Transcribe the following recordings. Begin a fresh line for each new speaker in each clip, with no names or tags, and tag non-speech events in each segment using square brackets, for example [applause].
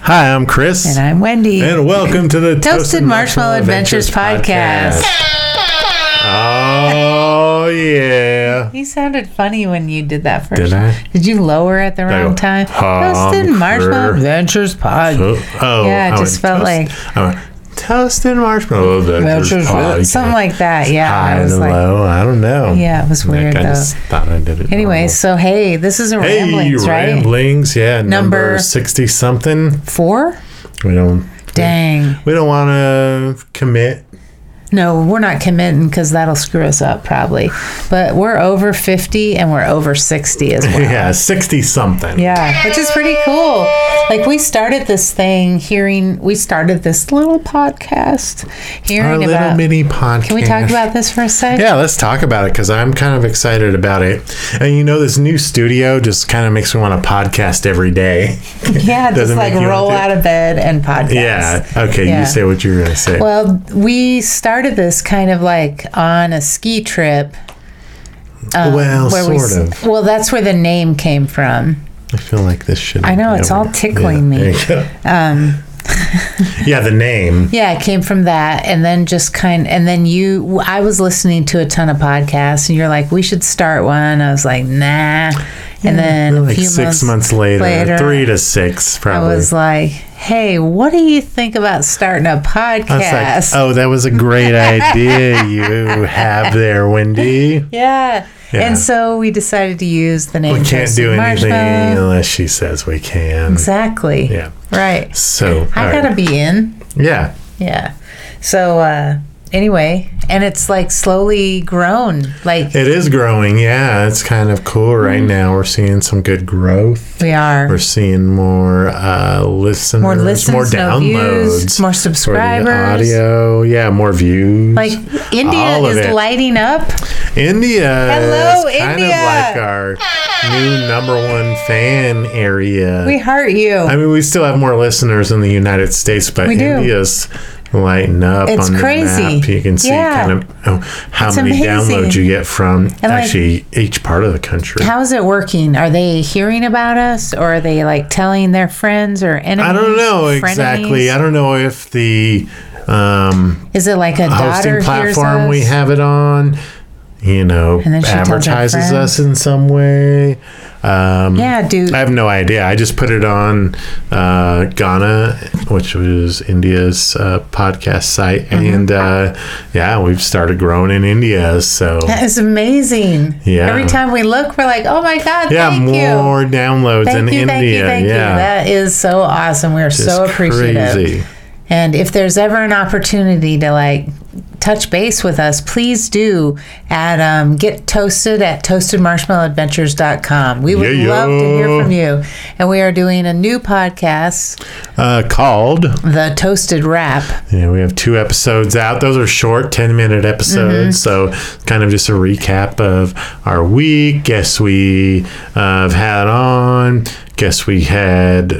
Hi, I'm Chris.
And I'm Wendy.
And welcome to the
Toasted Marshmallow Adventures podcast.
Oh, yeah.
He sounded funny when you did that first.
Did I?
Did you lower at the
go,
wrong time?
"Hum,
Toasted Marshmallow
grr."
Adventures Pod.
Oh, oh,
Yeah, it
I
just felt
went toast- I went, Toasted Marshmallow Adventures podcast.
Something like that. Yeah.
High
I was
and
like,
low. I don't know.
yeah, it was
I
weird
kinda
though.
s- thought I did it.
Anyway, so hey, this is a
normal. hey,
ramblings, right?
ramblings. Yeah,
Number-
number sixty something.
Four?
We don't.
Dang.
We don't want to commit.
No, we're not committing because that'll screw us up probably. But we're over 50 and we're over 60
[laughs]
as well.
Yeah, sixty something.
Yeah, which is pretty cool. Like we started this thing hearing we started this little podcast hearing
Our little
about
mini podcast.
Can we talk about this for a sec?
Yeah, let's talk about it because I'm kind of excited about it. And you know, this new studio just kind of makes me want to podcast every
[laughs]
day.
Yeah, just
Doesn't
like
make you
roll
want to?
out of bed and podcast.
Yeah. Okay,
Yeah.
you say what you're going to say.
Well, we started this kind of like on a ski trip. um,
Well,
we
sort
s- Well, that's where the name came from.
I feel like this should.
I know, it's all tickling me. Um,
yeah, the name.
Yeah, it came from that, and then just kind, and then you. I was listening to a ton of podcasts, and you're like, "We should start one." I was like, "Nah," and then a
Like
few
six
months,
months, later,
later,
three to six,
I
probably.
was like, "Hey, what do you think about starting a
I was
podcast?"
like, oh, that was a
[laughs]
great idea you have there, Wendy.
yeah.
Yeah.
and so we decided to use the name.
We can't do
Toasted
anything
Marshmallow.
unless she says we can.
Exactly.
Yeah.
Right.
So,
I
all right.
gotta be in.
yeah.
Yeah. So uh, anyway, and it's like slowly grown. Like
It is growing. Yeah, it's kind of cool right
Mm.
now. We're seeing some good growth.
we are.
We're seeing more uh, listeners,
more listens,
more
no
downloads,
views, more
for the
subscribers.
audio. Yeah, more views.
like India
All of
is
it.
lighting up.
India.
Hello,
is kind
India.
of like our new number one fan area.
We heart you.
I mean, we still have more listeners in the United States, but
We do.
India's lighting up.
It's
on
crazy.
The map. You can see
Yeah.
kind of oh, how
It's
many
amazing.
downloads you get from
like-
actually each part of the country.
How is it working? Are they hearing about us, or are they like telling their friends or enemies?
I don't know
Mm-hmm. frenemies?
exactly. I don't know if the um,
Is it like a daughter
hosting platform
hears us?
we have it on, you know,
then she tells her
advertises
friend.
us in some way. Um,
Yeah, dude.
I have no idea. I just put it on uh, Ghana, which was India's uh, podcast site,
Mm-hmm.
and uh, yeah, we've started growing in India. So
that is amazing.
Yeah.
Every time we look, we're like, oh my god,
yeah,
thank you.
more downloads
Thank
in
you,
India.
thank you, thank
yeah,
you. That is so awesome. We are
Just
so appreciative. And if there's ever an opportunity to like touch base with us, please do at um, get toasted at toastedmarshmallowadventures.com. We would
Yeah, yeah.
love to hear from you. And we are doing a new podcast,
Uh, called.
The Toasted Wrap.
Yeah, we have two episodes out. Those are short, 10 minute episodes.
Mm-hmm.
So, kind of just a recap of our week. Guess we uh, have had on. Guess we had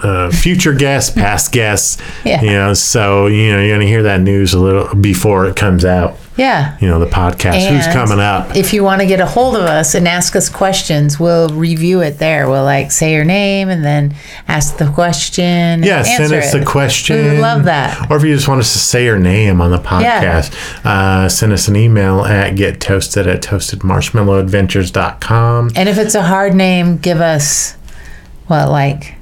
uh, future
[laughs]
guests, past guests.
Yeah.
You know, so, you know, you're going to hear that news a little before it comes out.
Yeah.
You know, the podcast. Who's
And
coming up?
If you want to get a hold of us and ask us questions, we'll review it there. We'll like say your name and then ask the question. and
Yeah, send
answer
us
it.
the question.
We would love that.
Or if you just want us to say your name on the
Yeah.
podcast, uh, send us an email at gettoasted at toastedmarshmallowadventures.com.
And if it's a hard name, give us what like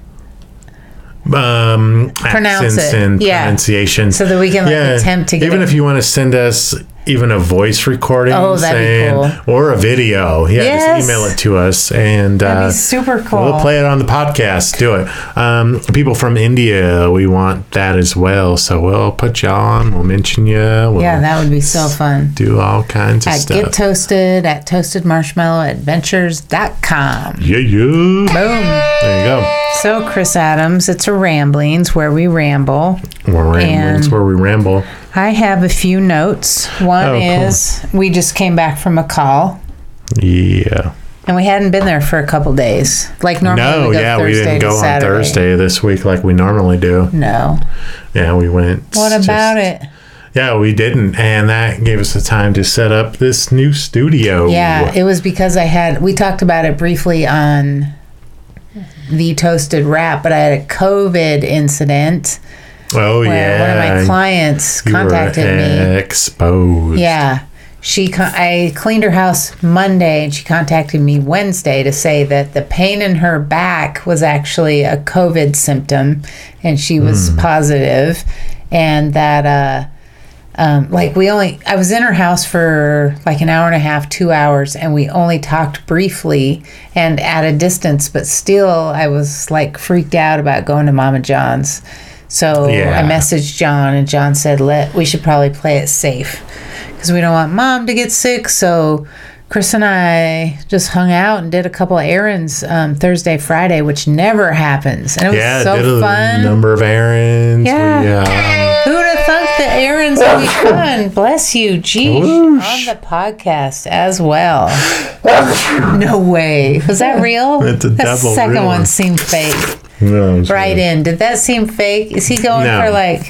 Um,
Pronounce
accents
it.
and
Yeah.
pronunciation.
So that we can, like, attempt to get
Even
it.
if you want to send us even a voice recording
Oh, that'd be
cool. or a video, yeah,
Yes.
just email it to us and
that'd
uh,
be super cool.
We'll play it on the podcast. Do it. Um, people from India, we want that as well. So we'll put you on. We'll mention you. We'll
Yeah, that would be so fun.
do all kinds of
At
stuff.
get toasted at toastedmarshmallowadventures.com.
yeah, yeah.
Boom.
There
So, Chris Adams, it's a ramblings where we ramble.
you go. We're rambling. It's
And-
where we ramble.
I have a few notes. One
Oh, cool.
is we just came back from a call
Yeah.
and we hadn't been there for a couple days. Like normally,
No,
we go
yeah,
Thursday
we didn't
to
go on
Saturday.
Thursday this week like we normally do.
No.
Yeah, we went.
What
just-
about it?
Yeah, we didn't, and that gave us the time to set up this new studio.
Yeah, it was because I had, we talked about it briefly on the toasted wrap, but I had a COVID incident
Oh
where
yeah.
one of my clients
You were
contacted me.
Exposed.
Yeah. She con- I cleaned her house Monday and she contacted me Wednesday to say that the pain in her back was actually a COVID symptom and she was positive and that uh um, like we only i was in her house for like an hour and a half two hours and we only talked briefly and at a distance but still i was like freaked out about going to mama john's so
Yeah.
i messaged john and john said let we should probably play it safe because we don't want mom to get sick so chris and i just hung out and did a couple of errands um, thursday friday which never happens and it was
Yeah,
so
did a
fun
number of errands.
Yeah.
We, uh,
Who'd have thunk the
[laughs]
errands would be fun? Bless you, geez, on
Whoosh.
the podcast as well. No way.
[laughs]
Was that real?
It's a
that
double
second
real.
one seemed fake.
no, it's
Right in. Did that seem fake? Is he going
No.
for like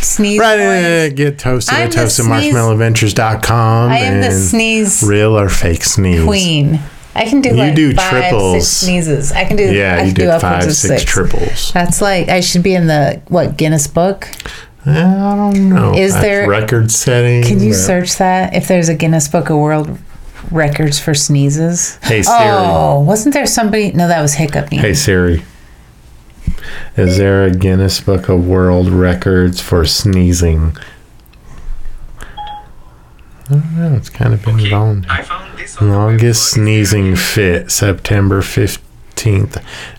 sneeze?
Right
points?
in. Get toasted
I'm
at
the sneeze-
toastedmarshmallowadventures.com.
I am the
and
sneeze
Real or fake sneeze.
queen. I can do
You
like
do
five,
triples.
six sneezes. I can do. I
Yeah,
can
you did
upwards
five,
of
six, triples.
That's like I should be in the what Guinness book.
I don't know.
Is
That's
there-
record setting?
Can you
but-
search that if there's a Guinness Book of World Records for sneezes?
Hey Siri.
Oh, wasn't there somebody? No, that was Hiccup. Needy.
Hey Siri. Is there a Guinness Book of World Records for sneezing? I don't know. It's kind of been involuntary.
I found this on the
Longest
web for this
sneezing fit, September 15th,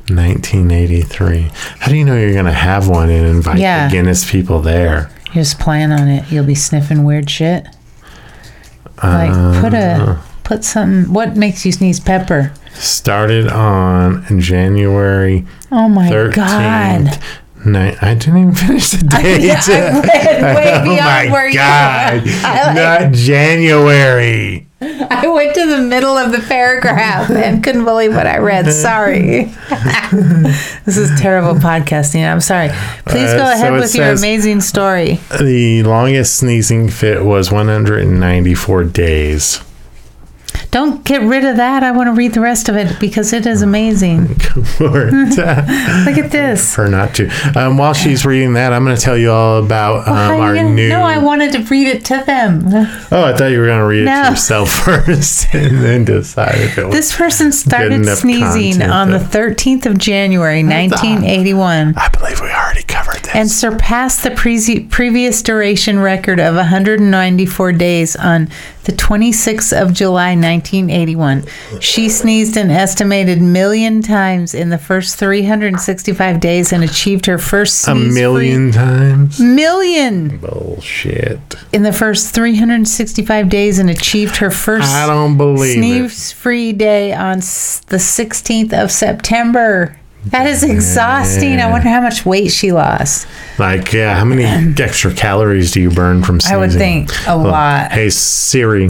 1983. How do you know you're going to have one and invite
Yeah.
the Guinness people there?
You just plan on it. You'll be sniffing weird shit. Like put
Uh,
a put something. What makes you sneeze? Pepper.
Started on January
Oh my
13th.
god. [laughs]
Ni- I didn't even finish the date.
Yeah, [laughs] I read way
[laughs] oh
beyond
my
where
God.
you. I, like,
Not January.
[laughs] I went to the middle of the paragraph and couldn't believe what I read. Sorry. [laughs] this is terrible podcasting. I'm sorry. Please
Uh,
go
so
ahead
it
with your
says-
amazing story.
The longest sneezing fit was 194 days. [laughs]
Don't get rid of that. I want to read the rest of it because it is amazing.
Go for
[laughs]
it.
Look at this.
her not to. Um, while she's reading that, I'm going to tell you all about um,
How
our
you gonna-
new.
No, I wanted to read it to them.
oh, I thought you were going to read it
No.
to yourself [laughs] first and then decide if it was.
This person started
enough
sneezing
content
on the
there.
13th of January, 1981.
I believe we already covered this.
and surpassed the pre- previous duration record of 194 days on the 26th of July 1981. She sneezed an estimated million times in the first 365 days and achieved her first
a
sneeze
million times?
million
Bullshit.
in the first 365 days and achieved her first
I don't believe it.
sneeze-free day on s- the 16th of September. That is exhausting. I
Yeah.
wonder how much weight she lost.
Like, yeah, how
[laughs]
many extra calories do you burn from
I
sneezing?
would think a
Oh,
lot.
Hey, Siri.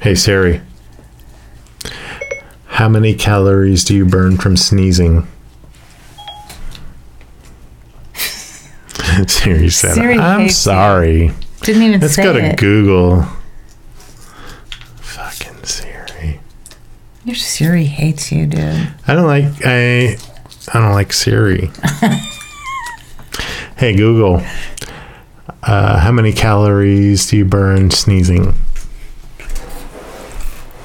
Hey, Siri. How many calories do you burn from sneezing? [laughs] Siri said,
Siri
I'm
hates you."
sorry.
Didn't even
Let's
say
go to
it.
Google. Fucking Siri.
Your Siri hates you, dude.
I don't like I I don't like
[laughs]
Siri. hey Google. Uh, how many calories do you burn sneezing? [laughs]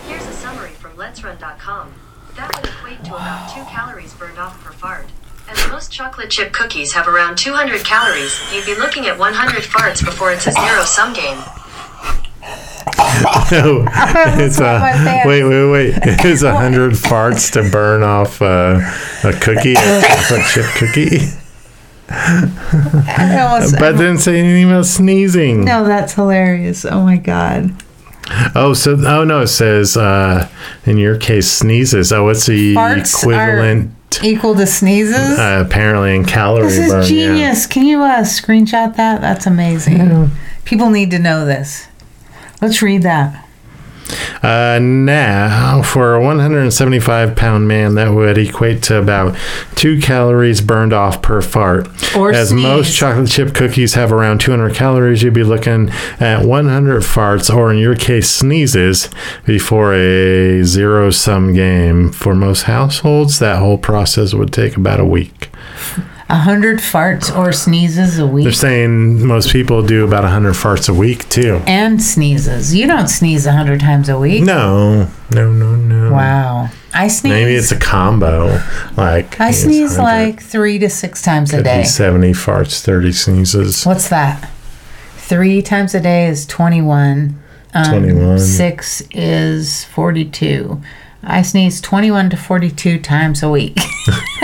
Here's a summary from Let'sRun.com. That would equate to about 2 calories burned off per fart. As most chocolate chip cookies have around 200 calories, you'd be looking at 100 farts before it's a zero sum game.
[laughs]
No, it's
my
a,
pants.
wait, wait, wait.
[laughs]
It's a hundred farts to burn off uh, a cookie, a chocolate chip
[laughs]
cookie.
I almost,
But it didn't say anything about sneezing.
no, that's hilarious. Oh my god.
Oh, so oh no, it says uh, in your case sneezes. Oh, it's the
Farts
equivalent
Equal to sneezes.
uh, apparently in calorie
this is
burn. yeah.
genius. Can you uh, screenshot that? That's amazing. People need to know this. Let's read that.
Uh, now, for a 175 pound man, that would equate to about two calories burned off per fart.
Or
As
sneeze.
most chocolate chip cookies have around 200 calories, you'd be looking at 100 farts, or in your case, sneezes, before a zero sum game. For most households, that whole process would take about a week.
A hundred farts or sneezes a week.
They're saying most people do about 100 farts a week, too.
and sneezes. You don't sneeze a hundred times a week.
No, no, no, no.
Wow. I sneeze.
Maybe it's a combo. Like
I
it's
sneeze
100,
like three to six times a
could be
day.
70 farts, 30 sneezes.
What's that? Three times a day is 21. Um,
21.
Six is 42. I sneeze 21 to 42 times a week. [laughs]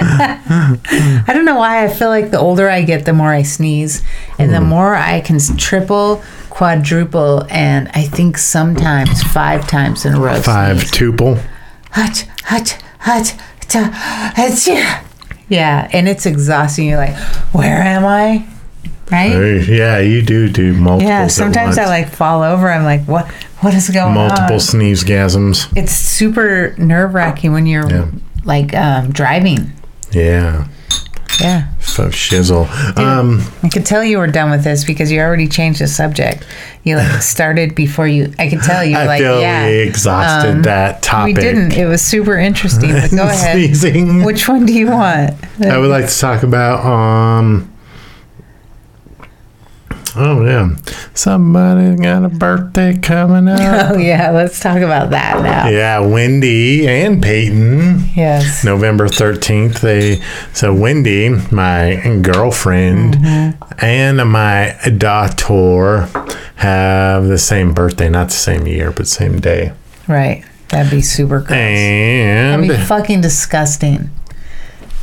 I don't know why I feel like the older I get, the more I sneeze, and the more I can s- triple, quadruple, and I think sometimes five times in a row.
Five
sneeze.
tuple.
Hutch, hutch, hutch, ta- hutch. Yeah, and it's exhausting. You're like, where am I? Right?
Hey, Yeah, you do do multiple.
Yeah, sometimes I like uh, fall over. I'm like, what? What is going
multiple
on?
sneeze gasms.
It's super nerve wracking when you're
Yeah.
like um, driving.
Yeah,
Yeah,
faux shizzle. Um,
I could tell you were done with this because you already changed the subject.
[sighs]
You like started before you. I could tell you
I
like
feel
yeah.
we exhausted
um,
that
we
topic.
didn't. It was super interesting.
[laughs]
But go ahead.
Sneezing.
Which one do you want?
I would like to talk about um. Oh yeah, somebody got a birthday coming
[laughs]
up.
[laughs] Oh yeah, let's talk about that now.
yeah, Wendy and Peyton.
Yes.
November 13th. They so Wendy, my girlfriend,
Mm-hmm.
and my daughter have the same birthday, not the same year, but same day.
Right. That'd be super cool.
And
That'd be fucking disgusting.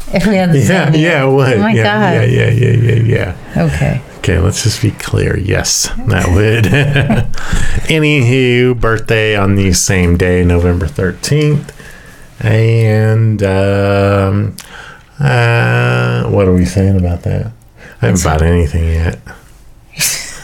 If we had
[laughs]
the
yeah,
same year.
yeah, what?
Oh my
yeah, yeah,
god.
yeah, yeah, yeah, yeah.
Okay.
Okay, let's just be clear. Yes, that would. [laughs] Anywho, birthday on the same day, November 13th. And um, uh, what are we saying about that? I haven't bought anything yet.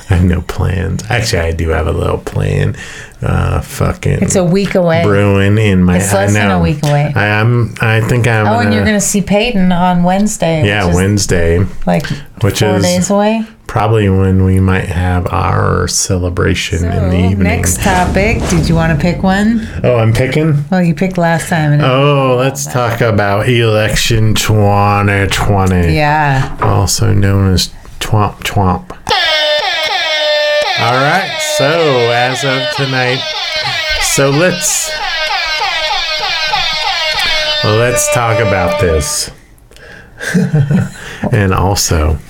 I have no plans. Actually, I do have a little plan. Uh, fucking
It's a week away.
brewing in my.
It's less
I know.
than a week away.
I am. I think I'm.
Oh, and you're
gonna.
gonna see Peyton on Wednesday.
Yeah,
which is
Wednesday,
like
which
four
is
days away.
probably when we might have our celebration in the evening.
next topic. Did you want to pick one?
Oh, I'm picking.
Well, you picked last time. And it-
Oh, let's talk about election 2020,
Yeah.
also known as twomp twomp. All right, so as of tonight, so let's let's talk about this, [laughs] and also. [laughs]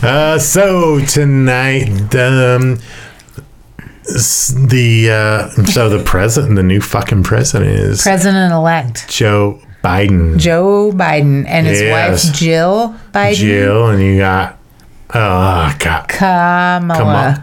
Uh, so tonight, um, s- the uh, so the president, the new fucking president is
President elect
Joe Biden,
Joe Biden and his
Yes.
wife Jill Biden.
Jill, and you got oh god, Kamala, Kamala,
Kamala.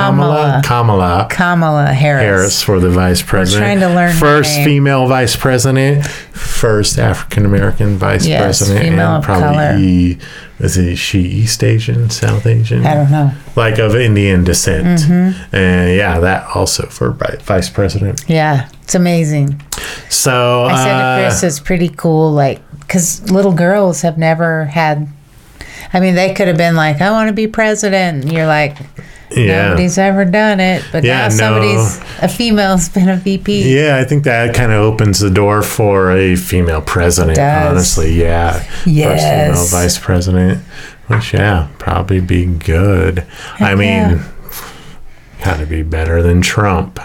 Kamala,
Kamala.
Kamala
Kamala Harris.
Harris for the vice president.
trying to learn her
first
name.
female vice president, first African American vice
Yes,
president,
female of color.
E, is it she East Asian, South Asian?
I don't know. Mm-hmm.
like of Indian descent. And yeah, that also for vi- vice president.
Yeah, it's amazing.
So
I said to
uh,
Chris, it's pretty cool, like, because little girls have never had. I mean, they could have been like, "I want to be president." And you're like,
yeah.
nobody's ever done it, but
Yeah,
now
no.
somebody's a female's been a VP.
Yeah, I think that kind of opens the door for a female president.
does.
Honestly, yeah, first female
Yes.
vice president, which yeah, probably be good. I mean,
yeah.
gotta be better than Trump.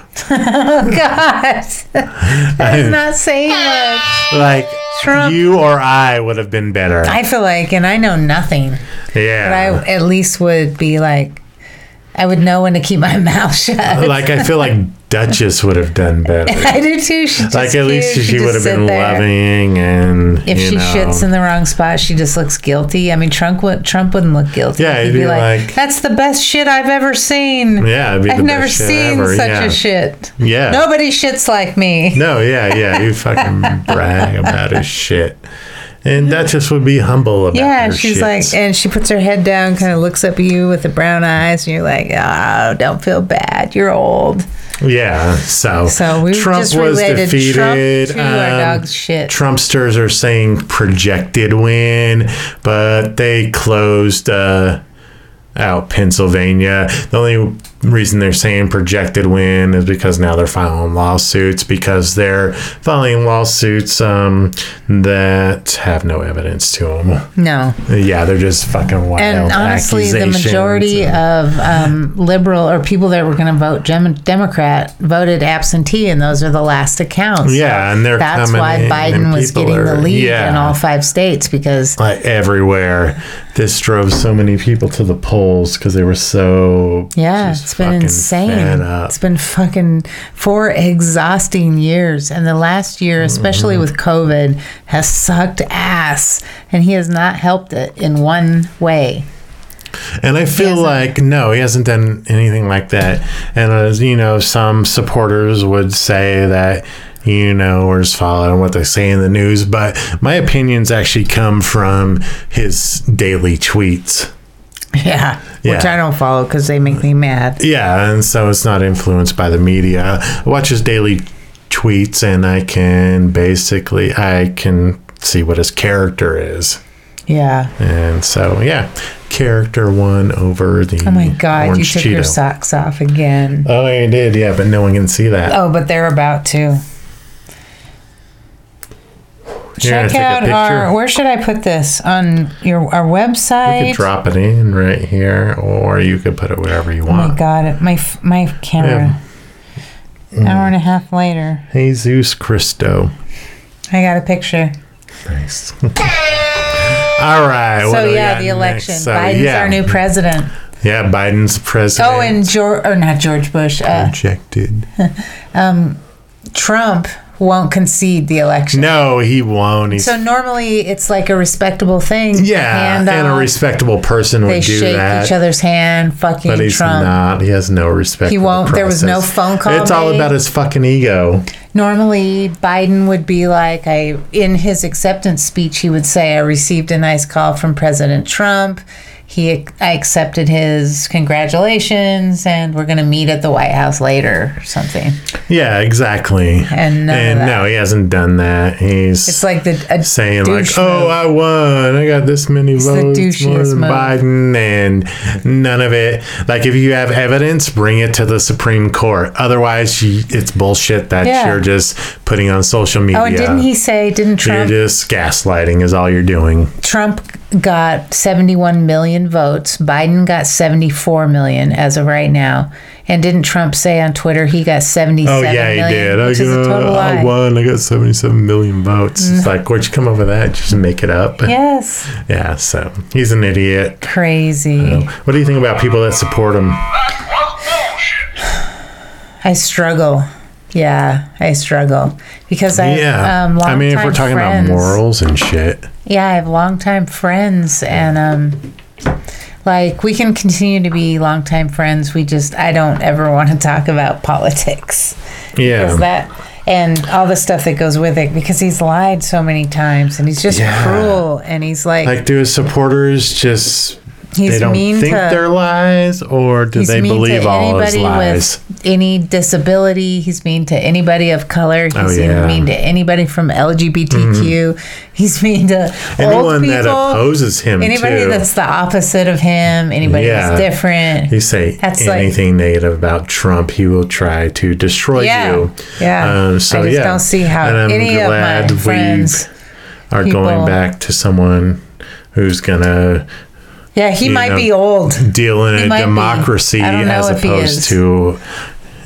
Oh, God, that's not saying much.
[laughs] Like
Trump.
you or I would have been better.
I feel like, and I know nothing, but I
yeah,
at least would be like, I would know when to keep my [laughs] mouth shut.
like I feel like Duchess would have done
[laughs]
better.
I do too. She's just
like at least
cute.
she
just
would have
sit
been
there.
loving and
If
you
she
know,
shits in the wrong spot, she just looks guilty. I mean, Trump would Trump wouldn't look guilty.
Yeah,
he'd be, like, "That's the best shit I've ever seen.
yeah, it'd be
I've
the
never
best shit
seen
ever.
such
yeah.
a shit.
Yeah.
Nobody shits like me."
No, yeah, yeah. You fucking brag about his shit. and that just would be humble about
Yeah,
her
she's
shit.
like, eh. and she puts her head down, kind of looks up at you with the brown eyes, and you're like, oh, don't feel bad. You're old.
Yeah, so
So we just related Trump to our dog's shit.
um, Trumpsters are saying projected win, but they closed uh, out Pennsylvania. The only reason they're saying projected win is because now they're filing lawsuits because they're filing lawsuits um, that have no evidence to them.
No.
Yeah, they're just fucking wild.
And honestly, the
accusations
majority
and-
of um, liberal or people that were going to vote Gem- Democrat voted absentee, and those are the last accounts.
Yeah, and they're
That's
coming
why
in
Biden
and
was
people
getting
are-
the lead
yeah.
in all five states because
like everywhere. This drove so many people to the polls because they were so
Yeah,
just
it's been
fucking
insane.
fed up.
It's been fucking four exhausting years. And the last year, especially with COVID, has sucked ass. And he has not helped it in one way.
And I feel
hasn't-
like no, he hasn't done anything like that. And as you know, some supporters would say that you know we're just following what they say in the news, but my opinions actually come from his daily tweets.
Yeah. Which
[laughs] Yeah.
I don't follow because they make me mad.
Yeah, and so it's not influenced by the media. I watch his daily tweets, and I can basically I can see what his character is,
Yeah. Oh
and so yeah, character won over the.
Oh my God, you
orange
took your
Cheeto.
socks off again.
Oh, I did, yeah, but no one can see that.
Oh, but they're about to.
You're gonna
Check
take a
out
picture?
our. Where should I put this on your our
You
website?
could drop it in right here, or you could put it wherever you
Oh my
want.
god, my f- my camera. Hour
Mm.
and a half later,
Jesus Christo.
I got a picture.
[laughs] Nice. All right. what
so
do we
yeah,
got
the
next?
election.
So,
Biden's
yeah.
our new president.
Yeah, Biden's president.
Oh, and George or not George Bush. Uh,
rejected.
Trump won't concede the election.
No, he won't. He's
So normally it's like a respectable thing.
yeah,
hand
and a
off,
respectable person
They
would do
shake
that.
each other's hand. Fucking
but he's
Trump.
not. He has no respect.
He
for the
won't- there was no
process.
phone call
It's all
made?
about his fucking ego.
Normally, Biden would be like, I, in his acceptance speech, he would say, I received a nice call from President Trump. He, I accepted his congratulations, and we're going to meet at the White House later or something.
Yeah, exactly.
And none of
and
that.
no, he hasn't done that. He's
It's like the a
saying like,
douche
"Oh,
move.
I won. I got this many
the
votes more
douchiest
than
move.
Biden," and none of it. Like, if you have evidence, bring it to the Supreme Court. Otherwise, you, it's bullshit that
Yeah.
you're just putting on social media.
oh, and didn't he say, didn't
You're
Trump,
just gaslighting is all you're doing.
Trump got 71 million votes, Biden got 74 million as of right now, and didn't Trump say on Twitter he got
Oh
seventy-seven million?
yeah, he did. I
Which is
got-
a total
I
lie.
won. I got seventy-seven million votes. It's like, where'd you come up with that? Just make it up.
Yes,
Yeah, So he's an idiot.
crazy.
What do you think about people that support him?
I struggle. Yeah, I struggle because I
Yeah.
um,
I mean, if we're
longtime
talking
friends.
about morals and shit.
yeah, I have longtime friends, and um, like we can continue to be longtime friends. We just I don't ever [laughs] want to talk about politics.
Yeah.
Is that and all the stuff that goes with it because he's lied so many times and he's just
Yeah.
cruel and he's like,
like, do his supporters just
he's
they don't
mean
think
to
they're lies, or do
He's
they
mean
believe
to
all his
anybody
lies?
with any disability. He's mean to anybody of color. He's
Oh, yeah. Mm-hmm.
mean to anybody from LGBTQ. He's mean to old
Anyone
people.
that opposes him,
anybody
too.
that's the opposite of him. Anybody
Yeah.
that's different.
you say
That's like-
anything negative about Trump, he will try to destroy
Yeah.
you.
Yeah.
Um, so
I just
yeah,
don't see how
And I'm
any of my
glad we
friends.
Are
people-
going back to someone who's gonna
Yeah, he
you
might
know,
be old.
deal in a
might be.
democracy
I don't know
as
if he
opposed
is.
to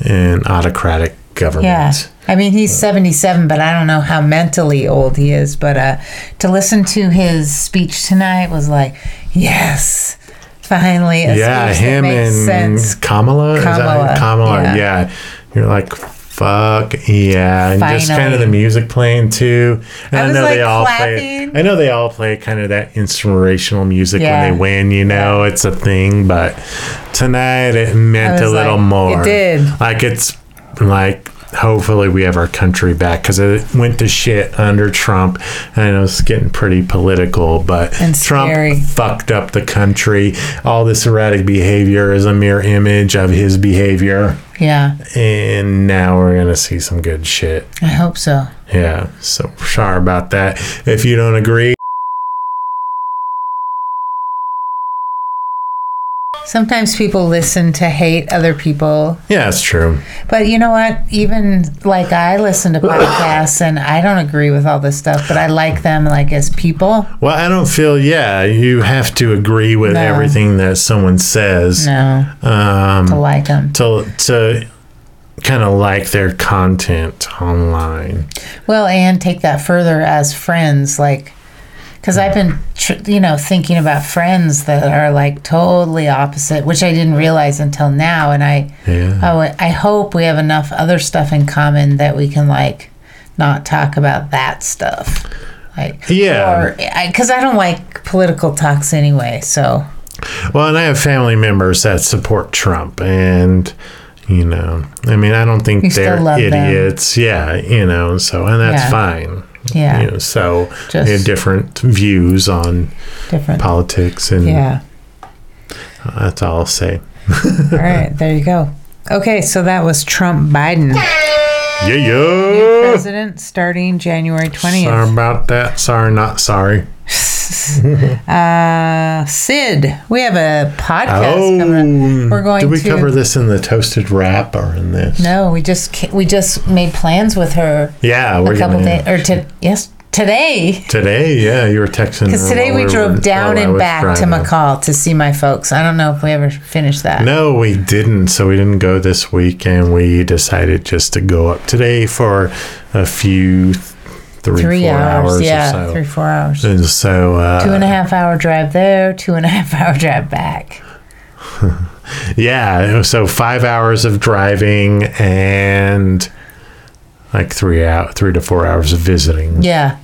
an autocratic government.
Yeah. I mean, he's 77, but I don't know how mentally old he is. But uh, to listen to his speech tonight was like, yes, finally a
yeah,
speech
him
that makes
and
sense.
Kamala. Is
Kamala,
that Kamala? Yeah.
yeah.
You're like, fuck yeah, and just kind of
Finally.
the music playing too. And
I was, like,
play.
clapping.
I know they all play kind of that inspirational music
Yeah.
when they win. You know, it's a thing. But tonight it meant
I
a
was
little
like, it
more.
did.
Like it's like. hopefully we have our country back because it went to shit under Trump, and it was getting pretty political. But
And
Trump
scary.
fucked up the country. All this erratic behavior is a mere image of his behavior,
Yeah.
and now we're gonna see some good shit.
I hope so.
Yeah, so sorry about that. If you don't agree,
Sometimes people listen to hate other people.
yeah, it's true.
But you know what? Even like I listen to podcasts and I don't agree with all this stuff, but I like them like as people.
Well, I don't feel, yeah, you have to agree with
No.
everything that someone says
No,
um,
I like them.
to, to kind of like their content online.
Well, and take that further as friends, like, because I've been, tr- you know, thinking about friends that are like totally opposite, which I didn't realize until now. And I,
Yeah.
I, would- I hope we have enough other stuff in common that we can like not talk about that stuff. Like,
Yeah.
Because I, don't like political talks anyway. So,
Well, and I have family members that support Trump and. You know, I mean, I don't think
You still
they're
love them.
idiots. Yeah, you know, so and that's
Yeah.
fine.
yeah,
You know, so
Just-
we have different views on
different.
politics, and
Yeah.
that's all I'll say.
All right. There you go. Okay. So that was Trump Biden.
[laughs] Yeah,
New
yeah.
president starting January 20th.
Sorry about that. Sorry, not sorry.
Uh, Sid, we have a podcast
Oh.
coming up. We're going
Did we
to-
cover this in the toasted wrap or in this?
No, we just ca- we just made plans with her
Yeah, we're
a couple
gonna-
days or to yes today
today. Yeah, you were texting
because
her
today
while
we drove
were-
down
while I
and
was
back to
driving.
McCall to see my folks. I don't know if we ever finished that.
No, we didn't. So we didn't go this week, and we decided just to go up today for a few, th- three,
three
four
hours,
hours,
yeah,
or so.
three four hours.
and so uh,
Two and a half hour drive there, two and a [laughs] half hour drive back.
Yeah, so five hours of driving and like three out, three to four hours of visiting.
Yeah.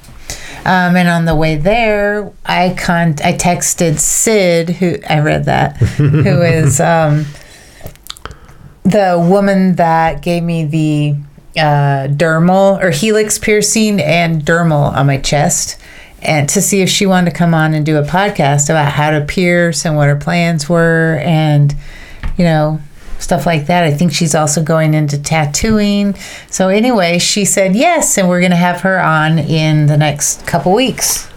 Um, and on the way there, I con- I texted Sid, who I read that, who
[laughs]
is um, the woman that gave me the uh, dermal or helix piercing and dermal on my chest, and to see if she wanted to come on and do a podcast about how to pierce and what her plans were, and you know stuff like that. I think she's also going into tattooing. So anyway, she said yes, and we're going to have her on in the next couple weeks.
A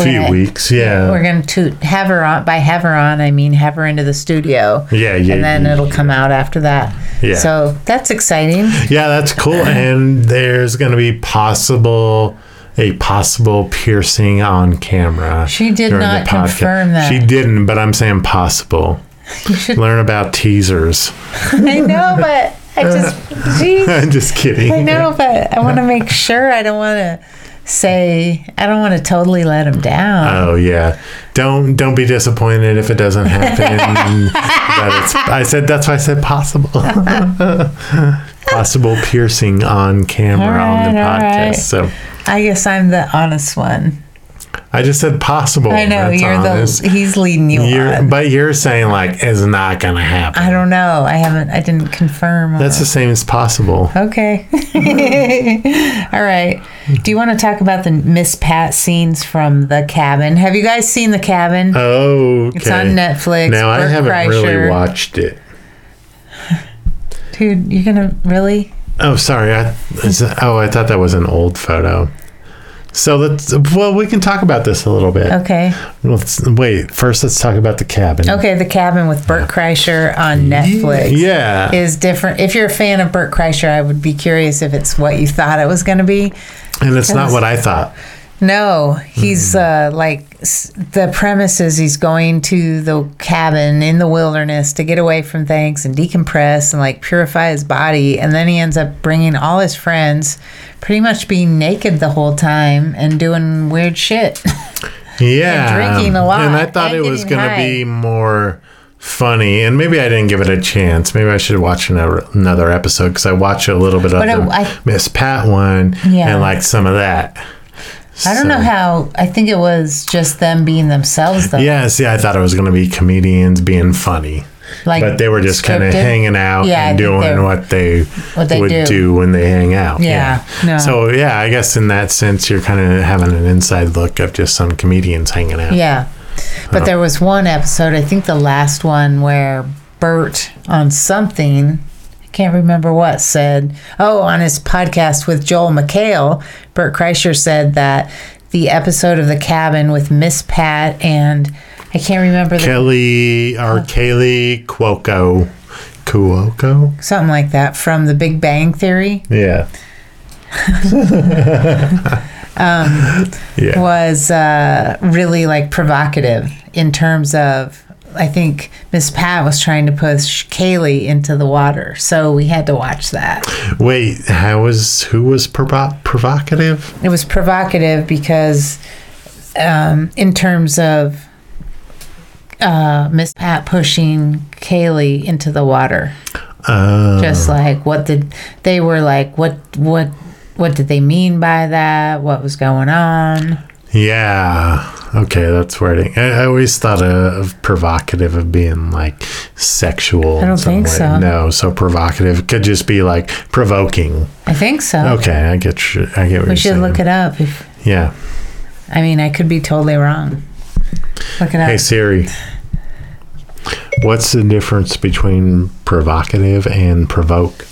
We're
few
gonna-
weeks.
We're
Yeah.
going to have her on. By have her on, I mean have her into the studio.
Yeah, yeah,
And then
yeah,
it'll come out after that.
Yeah.
So that's exciting.
Yeah, that's
[laughs]
cool. and there's going to be possible. A possible piercing on camera.
She did
during the
not
podca-
confirm that.
She didn't, but I'm saying possible.
[laughs] You should.
Learn about teasers. [laughs]
I know, [laughs] but I just. Geez,
I'm just kidding.
I know, but I want to make sure. I don't want to say. I don't want to totally let him down.
Oh yeah, don't don't be disappointed if it doesn't
[laughs]
happen. But it's- I said that's why I said possible, [laughs] possible piercing on camera on the
All right, all
podcast.
right.
So
I guess I'm the honest one.
I just said possible.
I know
That's
you're
honest.
the. He's leading you
You're,
on.
but you're saying like it's not gonna happen.
I don't know. I haven't. I didn't confirm. on-
That's the same as possible.
Okay. [laughs] All right. Do you want to talk about the Miss Pat scenes from The Cabin? Have you guys seen The Cabin?
Oh,
It's on Netflix.
Now I
Bert
haven't
Kreischer.
really watched it.
Dude, you're going to really?
Oh, sorry. I, is that- oh, I thought that was an old photo. So let's. Well, we can talk about this a little bit.
Okay.
Let's wait. First, let's talk about the cabin.
Okay. The Cabin with Burt Kreischer on Netflix.
Yeah.
Is different. If you're a fan of Burt Kreischer, I would be curious if it's what you thought it was going to be.
and it's not what I thought.
No, he's
Hmm.
uh, like s- the premise is he's going to the cabin in the wilderness to get away from things and decompress and like purify his body. And then he ends up bringing all his friends, pretty much being naked the whole time and doing weird shit.
Yeah.
drinking a lot
And I thought
and
it was
getting
going to be more funny. And maybe I didn't give it a chance. Maybe I should watch another, another episode because I watched a little bit of
But I-
the
I-
Miss Pat one
Yeah.
and like some of that.
I don't know how, I think it was just them being themselves though.
Yeah. See, I thought it was going to be comedians being funny.
Like
but they were just kind of
scripted?
hanging out
Yeah, I
and
think
doing
they're-
what they,
what they
would do.
do.
when they hang out.
Yeah, no.
So yeah, I guess in that sense, you're kind of having an inside look of just some comedians hanging out.
Yeah. But there was one episode, I think the last one, where Bert on something, I can't remember what, said, oh, on his podcast with Joel McHale, Bert Kreischer said that the episode of The Cabin with Miss Pat and I can't remember the,
Kelly
Oh.
or Kaylee Cuoco. Cuoco?
something like that from The Big Bang Theory [laughs]
Yeah.
Um,
yeah.
was uh, really like provocative in terms of. I think Miss Pat was trying to push Kaylee into the water, so we had to watch that.
Wait, how was who was provo- provocative?
it was provocative because um, in terms of uh, Miss Pat pushing Kaylee into the water,
Uh,
just like what did they were like? What what what did they mean by that? What was going on?
yeah. Okay, that's wording. I, I always thought of, of provocative of being like sexual.
I don't
in some
think
way.
so.
No, so provocative could just be like provoking.
I think so.
Okay, I get. you- I get what
Oh. we
you're
should
saying.
look it up. If
Yeah.
I mean, I could be totally wrong. Look it up.
Hey Siri, what's the difference between provocative and provoke?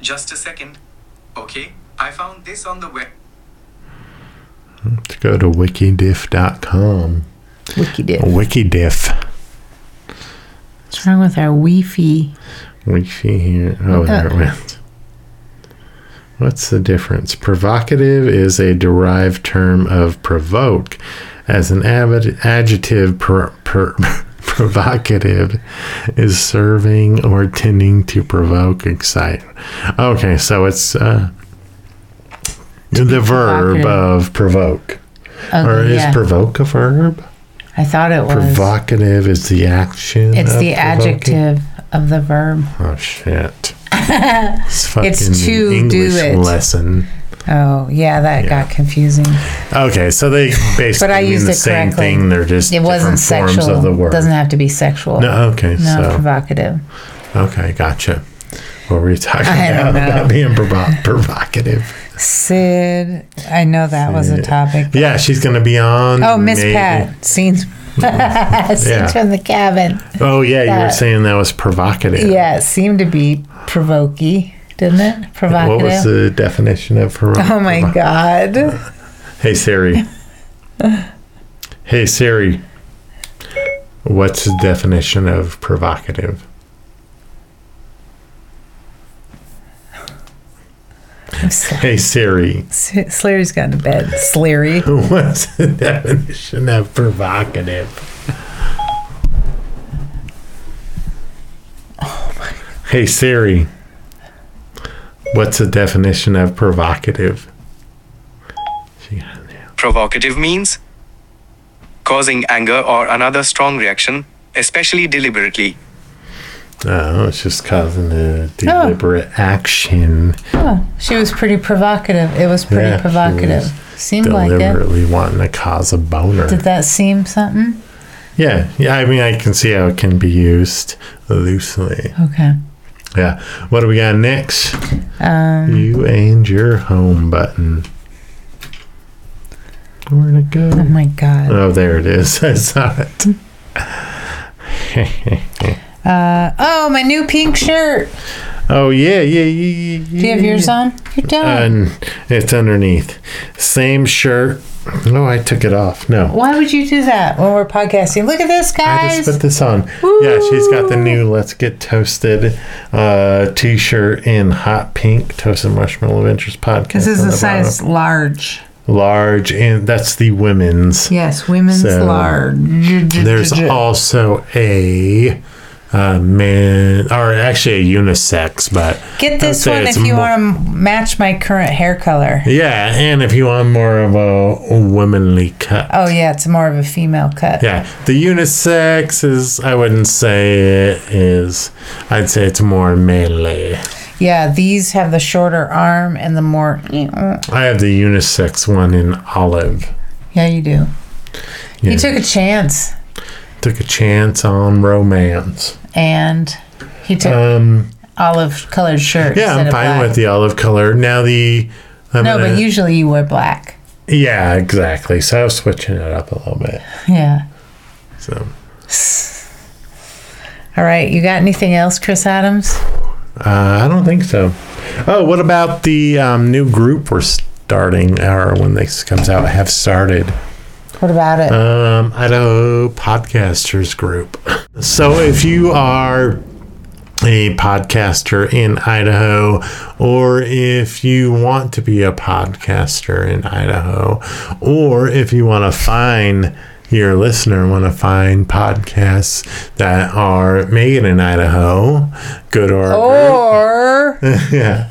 Just a second. Okay, I found this on the web.
Let's go to wikidiff.com.
Wikidiff.
Wikidiff.
What's wrong with our Wi-Fi?
We see here. Oh, there it went. What's the difference? Provocative is a derived term of provoke. As an avid adjective, per, per, [laughs] provocative is serving or tending to provoke, excite. Okay, so it's uh, the verb
provocative.
of provoke.
Okay,
or is
yeah.
provoke a verb?
I thought it was.
Provocative is the action.
it's
of
the
provoking.
adjective of the verb.
Oh
[laughs]
shit! it's fucking
to do
English
it.
lesson.
Oh yeah, that
Yeah.
got confusing.
Okay, so they basically
But I
mean
used
the
it
same
correctly.
thing. They're just
It wasn't
different
sexual.
forms of the word.
Doesn't have to be sexual.
no, okay,
Not provocative.
so okay, gotcha. What were you talking
I
about
don't know.
about being provo- provocative?
Sid, I know that was a topic.
Yeah, she's gonna be on.
Oh, Miss
maybe-
Pat, [laughs] scenes, scenes
Yeah.
from the cabin.
Oh yeah, you were
That-
saying that was provocative.
Yeah, it seemed to be provoky, didn't it? Provocative.
What was the definition of provocative?
Oh my god.
Hey Siri. hey Siri. What's the definition of provocative? Hey Siri. [laughs]
Slary's gone to bed. Slary.
What's the definition of provocative? Oh my. Hey Siri. What's the definition of provocative? She got it now.
Provocative means causing anger or another strong reaction, especially deliberately.
Oh, it's just causing a deliberate action.
Oh, she was pretty provocative. It was pretty
Yeah, she
provocative.
was
Seemed like it.
deliberately wanting to cause a boner.
Did that seem something?
yeah, yeah. I mean, I can see how it can be used loosely.
Okay.
Yeah. What do we got next?
Um,
You and your home button. Where'd it go?
oh my god.
Oh, there it is. [laughs] I saw it.
Uh, oh, my new pink shirt.
oh yeah, yeah, yeah, yeah. Uh,
Do you have yours on? You don't.
And it's underneath. Same shirt. No, I took it off. No.
Why would you do that when we're podcasting? Look at this,
I just
guys.
put this on. Yeah, she's got the new Let's Get Toasted uh, t shirt in hot pink, Toasted Marshmallow Ventures podcast.
This is
on
a
the
size
bottom.
large.
large, and that's the women's.
Yes, women's
So,
large.
There's also a uh, man, or actually a unisex, but
Get this
I'd say
one
it's
if you
more-
want to match my current hair color.
yeah, and if you want more of a womanly cut.
Oh yeah, it's more of a female cut.
Yeah, the unisex is, I wouldn't say it is, I'd say it's more manly.
Yeah, these have the shorter arm and the more.
I have the unisex one in olive.
Yeah, you do.
Yeah.
He took a chance
took a chance on romance.
and he took
Um,
olive colored shirt.
yeah, I'm
instead of
fine
black.
with the olive color. Now the I'm
No,
gonna-
but usually you wear black. [laughs]
yeah, exactly. So I was switching it up a little bit.
Yeah.
So
All right. You got anything else, Chris Adams?
uh, I don't think so. Oh, what about the um, new group we're starting? Or when this comes out, have started.
What about it?
um, Idaho Podcasters Group. So if you are a podcaster in Idaho, or if you want to be a podcaster in Idaho, or if you want to find your listener want to find podcasts that are made in Idaho, good or
Oh. or
[laughs] yeah,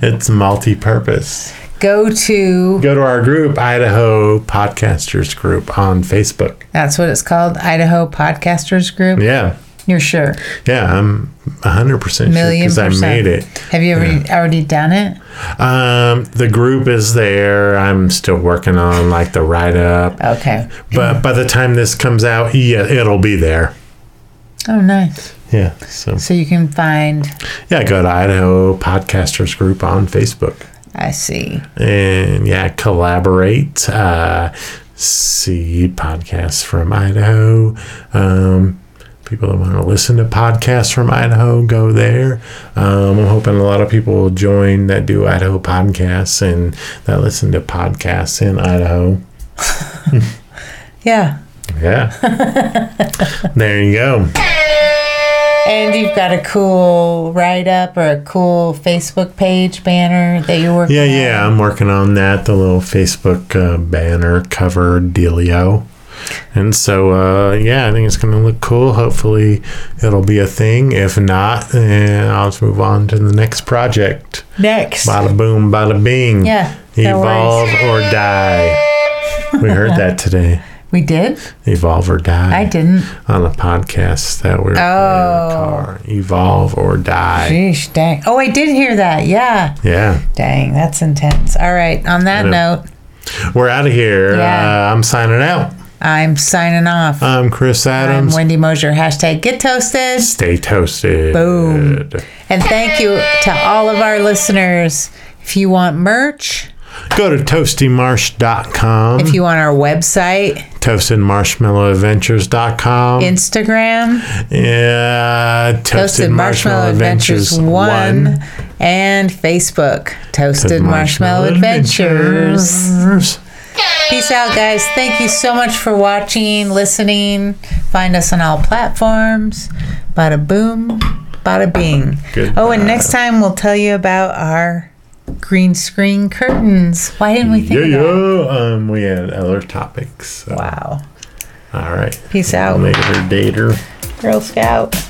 it's multi-purpose.
go to,
Go to our group, Idaho Podcasters Group on Facebook.
that's what it's called, Idaho Podcasters Group.
Yeah.
You're sure.
Yeah, I'm 100% sure
Million
because I
percent.
made it.
Have you already, already done it?
Um, the group is there. I'm still working on like the write up.
Okay.
But by the time this comes out, yeah, it'll be there.
Oh, nice.
Yeah. So,
So you can find,
yeah, go to Idaho Podcasters Group on Facebook
I see.
and yeah, collaborate. Uh, see podcasts from Idaho. Um, people that want to listen to podcasts from Idaho go there. Um, I'm hoping a lot of people will join that do Idaho podcasts and that listen to podcasts in Idaho.
Yeah.
Yeah. there you go.
And you've got a cool write up or a cool Facebook page banner that you work
Yeah,
on.
yeah, I'm working on that. The little Facebook uh, banner cover dealio. And so, uh, yeah, I think it's going to look cool. Hopefully, it'll be a thing. If not, eh, I'll just move on to the next project.
Next.
Bada boom, bada bing.
Yeah, no
Evolve or die. We heard
[laughs]
that today.
We did?
Evolve or die.
I didn't.
On a podcast that we were playing in
Oh.
the car. Evolve or die.
Sheesh, dang. Oh, I did hear that. Yeah.
Yeah.
Dang, that's intense. All right. On that
I know.
note,
We're out of here.
Yeah.
Uh, I'm signing out.
I'm signing off.
I'm Chris
I'm
Adams.
Wendy Mosier. Hashtag get toasted.
Stay toasted.
Boom. And thank you to all of our listeners. If you want merch,
Go to toastymarsh.com,
if you want our website,
toastedmarshmallowadventures.com,
Instagram,
yeah,
Toasted Marshmallow Adventures 1, and Facebook, Toasted Marshmallow Adventures.
Adventures.
Peace out, guys. Thank you so much for watching, listening. Find us on all platforms. Bada boom, bada bing.
Goodbye.
Oh, and next time we'll tell you about our green screen curtains. Why didn't we
Yeah,
think of that?
yeah. Um, we had other topics. so-
Wow.
All right.
Peace
I'll
out,
make her dater.
Girl Scout.